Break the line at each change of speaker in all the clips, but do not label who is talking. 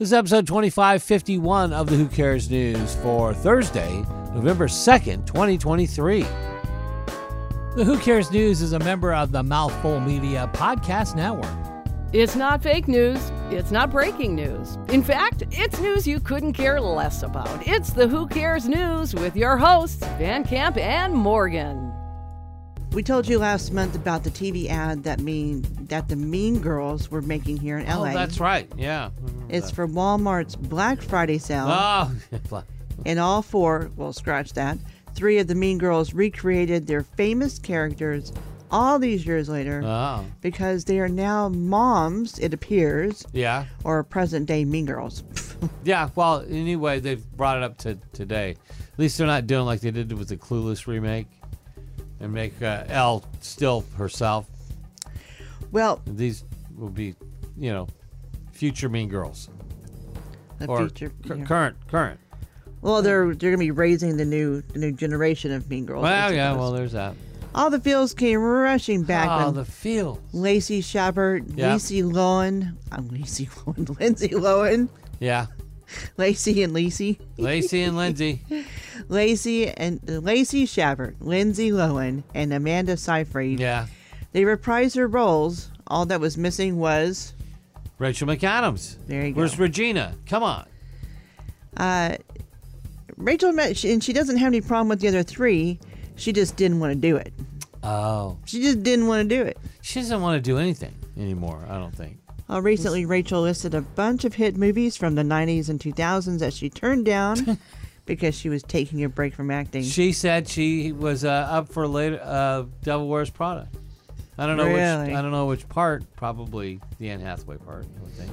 This is episode 2551 of the Who Cares News for Thursday, November 2nd, 2023. The Who Cares News is a member of the Mouthful Media Podcast Network.
It's not fake news. It's not breaking news. In fact, it's news you couldn't care less about. It's the Who Cares News with your hosts, Van Camp and Morgan.
We told you last month about the TV ad that mean that the Mean Girls were making here in LA.
Oh, that's right. Yeah.
It's for Walmart's Black Friday sale,
Oh,
and all four, well, scratch that, three of the Mean Girls recreated their famous characters all these years later
oh.
because they are now moms, it appears,
Yeah.
or present day Mean Girls.
Yeah. Well, anyway, they've brought it up to today. At least they're not doing like they did with the Clueless remake and make uh, Elle still herself.
well,
These will be, you know, future Mean Girls.
the
or
future.
cur-
yeah.
current, current.
Well, they're they're gonna be raising the new the new generation of Mean Girls. I
Well, yeah,
suppose.
well, there's that.
all the feels came rushing back
Oh,
when
the field.
Lacey Shepard,
Yeah.
Lacey Lohan, uh, Lacey Lohan, Lindsay Lohan,
Yeah,
Lacey and Lacey,
Lacey and Lindsay.
Lacey and uh, Lacey Shepard, Lindsay Lohan, and Amanda Seyfried.
Yeah,
They reprised their roles. All that was missing was
Rachel McAdams.
There you go.
Where's Regina? Come on.
uh, Rachel, met, she, and she doesn't have any problem with the other three. She just didn't want to do it.
Oh,
She just didn't want to do it.
she doesn't want to do anything anymore. I don't think.
Uh, recently, Rachel listed a bunch of hit movies from the 90s and 2000s that she turned down because she was taking a break from acting.
She said she was uh, up for later. Uh, Devil Wears Prada. I don't know which.
Really?
I don't know which part. Probably the Anne Hathaway part. I would think.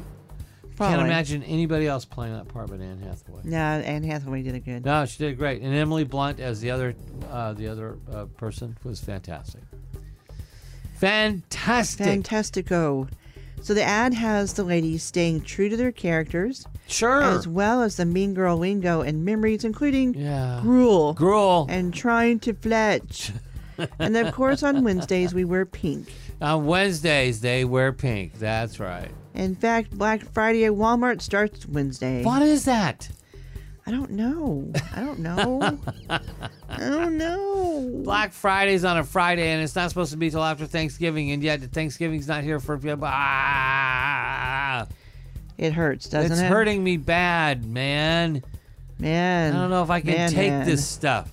Probably.
Can't imagine anybody else playing that part but Anne Hathaway.
No, Anne Hathaway did it good.
No, she did great. And Emily Blunt as the other uh, the other uh, person was fantastic. Fantastic.
Fantastico. So the ad has the ladies staying true to their characters,
sure.
as well as the mean girl lingo and memories, including
Yeah.
gruel
Gruel
and trying to fletch. and of course, on Wednesdays we wear pink.
on Wednesdays they wear pink. That's right.
In fact, Black Friday at Walmart starts Wednesday.
What is that?
I don't know. I don't know. I don't know.
Black Friday's on a Friday and it's not supposed to be till after Thanksgiving and yet Thanksgiving's not here for ah,
It hurts, doesn't
It's
it?
hurting me bad, man.
Man.
I don't know if I can
man,
take
man.
this stuff.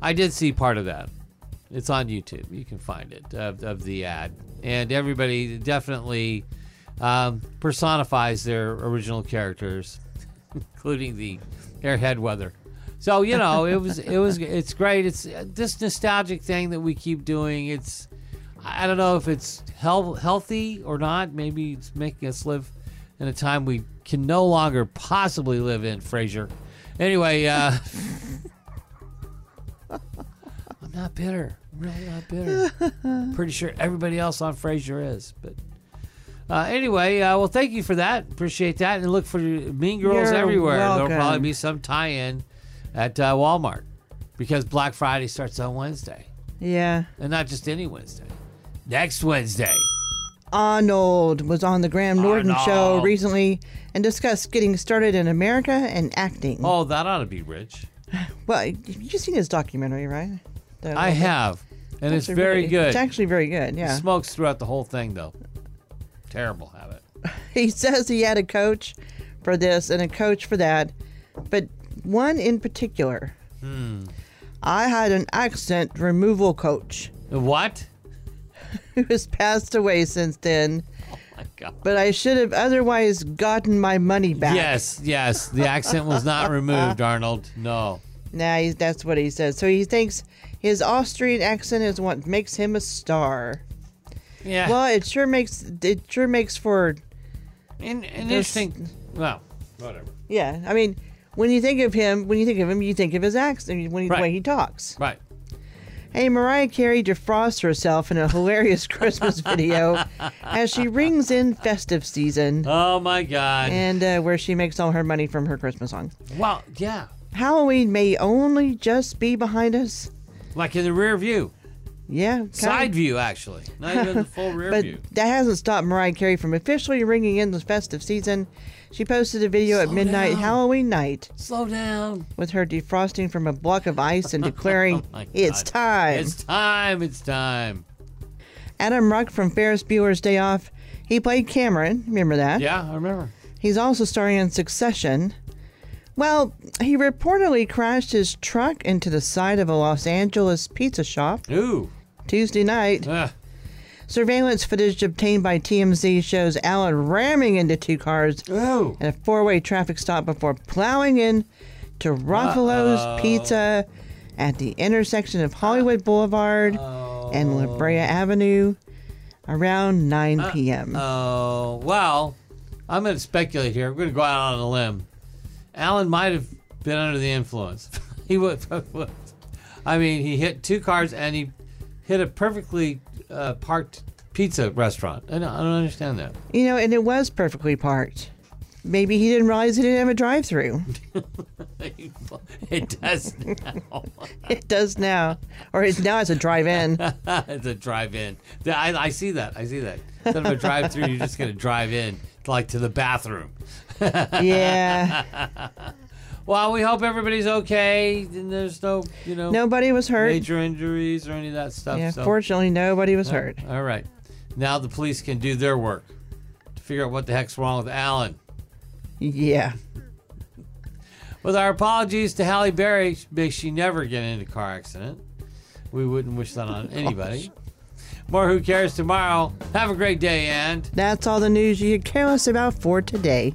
I did see part of that. It's on YouTube. You can find it of, of the ad, and everybody definitely um, personifies their original characters, including the airhead weather. So you know, it was it was it's great. It's uh, this nostalgic thing that we keep doing. It's I I don't know if it's hel- healthy or not. Maybe it's making us live in a time we can no longer possibly live in, Fraser. Anyway, uh, I'm not bitter. I'm really not bitter. I'm pretty sure everybody else on Fraser is. But uh, anyway, uh, well, thank you for that. Appreciate that. And look for Mean Girls
You're
everywhere.
welcome.
There'll probably be some tie-in at uh, Walmart because Black Friday starts on Wednesday,
Yeah.
and not just any Wednesday. Next Wednesday.
Arnold was on the Graham Norton show
Arnold.
recently and discussed getting started in America and acting.
Oh, that ought to be rich.
Well, you've seen his documentary, right? The-
I have, and it's very
really-
good.
It's actually very good, yeah.
Smokes throughout the whole thing, though. Terrible habit.
He says he had a coach for this and a coach for that, but one in particular.
Hmm.
I had an accent removal coach
What?
who has passed away since then,
My God.
but I should have otherwise gotten my money back.
Yes, yes. The accent was not removed, Arnold. No.
Nah, he's, that's what he says. So he thinks his Austrian accent is what makes him a star.
Yeah.
Well, it sure makes it sure makes for
in, in
this-
interesting. Well, whatever.
yeah. I mean, when you think of him, when you think of him, you think of his accent when he,
Right.
the way he talks.
Right.
Hey, Mariah Carey defrosts herself in a hilarious Christmas video as she rings in festive season
Oh my God.
and uh, where she makes all her money from her Christmas songs.
well, yeah.
Halloween may only just be behind us.
Like in the rear view.
Yeah. kinda.
Side view, actually. Not even the full rear
But
view.
that hasn't stopped Mariah Carey from officially ringing in the festive season. She posted a video at
Slow
midnight
down.
Halloween night
Slow down.
with her defrosting from a block of ice and declaring,
Oh My
It's
God.
time.
It's time. It's time.
Adam Ruck from Ferris Bueller's Day Off. He played Cameron. Remember that?
Yeah, I remember.
He's also starring in Succession. Well, he reportedly crashed his truck into the side of a Los Angeles pizza shop
Ooh.
Tuesday night.
Ugh.
Surveillance footage obtained by TMZ shows Allen ramming into two cars
Ooh.
at a four-way traffic stop before plowing in to Ruffalo's
Uh-oh.
Pizza at the intersection of Hollywood Boulevard and La Brea Avenue around 9
Uh,
p.m.
Oh, well, I'm going to speculate here. I'm going to go out on a limb. Alan might have been under the influence. he would. I mean, he hit two cars and he hit a perfectly uh, parked pizza restaurant. I don't, I don't understand that.
You know, and it was perfectly parked. Maybe he didn't realize he didn't have a drive-through.
it does now.
it does now, or it's now it's a drive-in.
it's a drive-in. Th- I, I see that. I see that. Instead of a drive-through, you're just going to drive in, like to the bathroom.
yeah,
Well, we hope everybody's okay. And there's no, you know,
nobody was hurt.
major injuries or any of that stuff.
yeah,
so. Uh,
fortunately, nobody was hurt.
All right. Now the police can do their work to figure out what the heck's wrong with Alan.
Yeah,
With our apologies to Halle Berry, may she never get into a car accident. We wouldn't wish that on anybody. More Who Cares tomorrow. Have a great day, and
that's all the news you could care less about for today.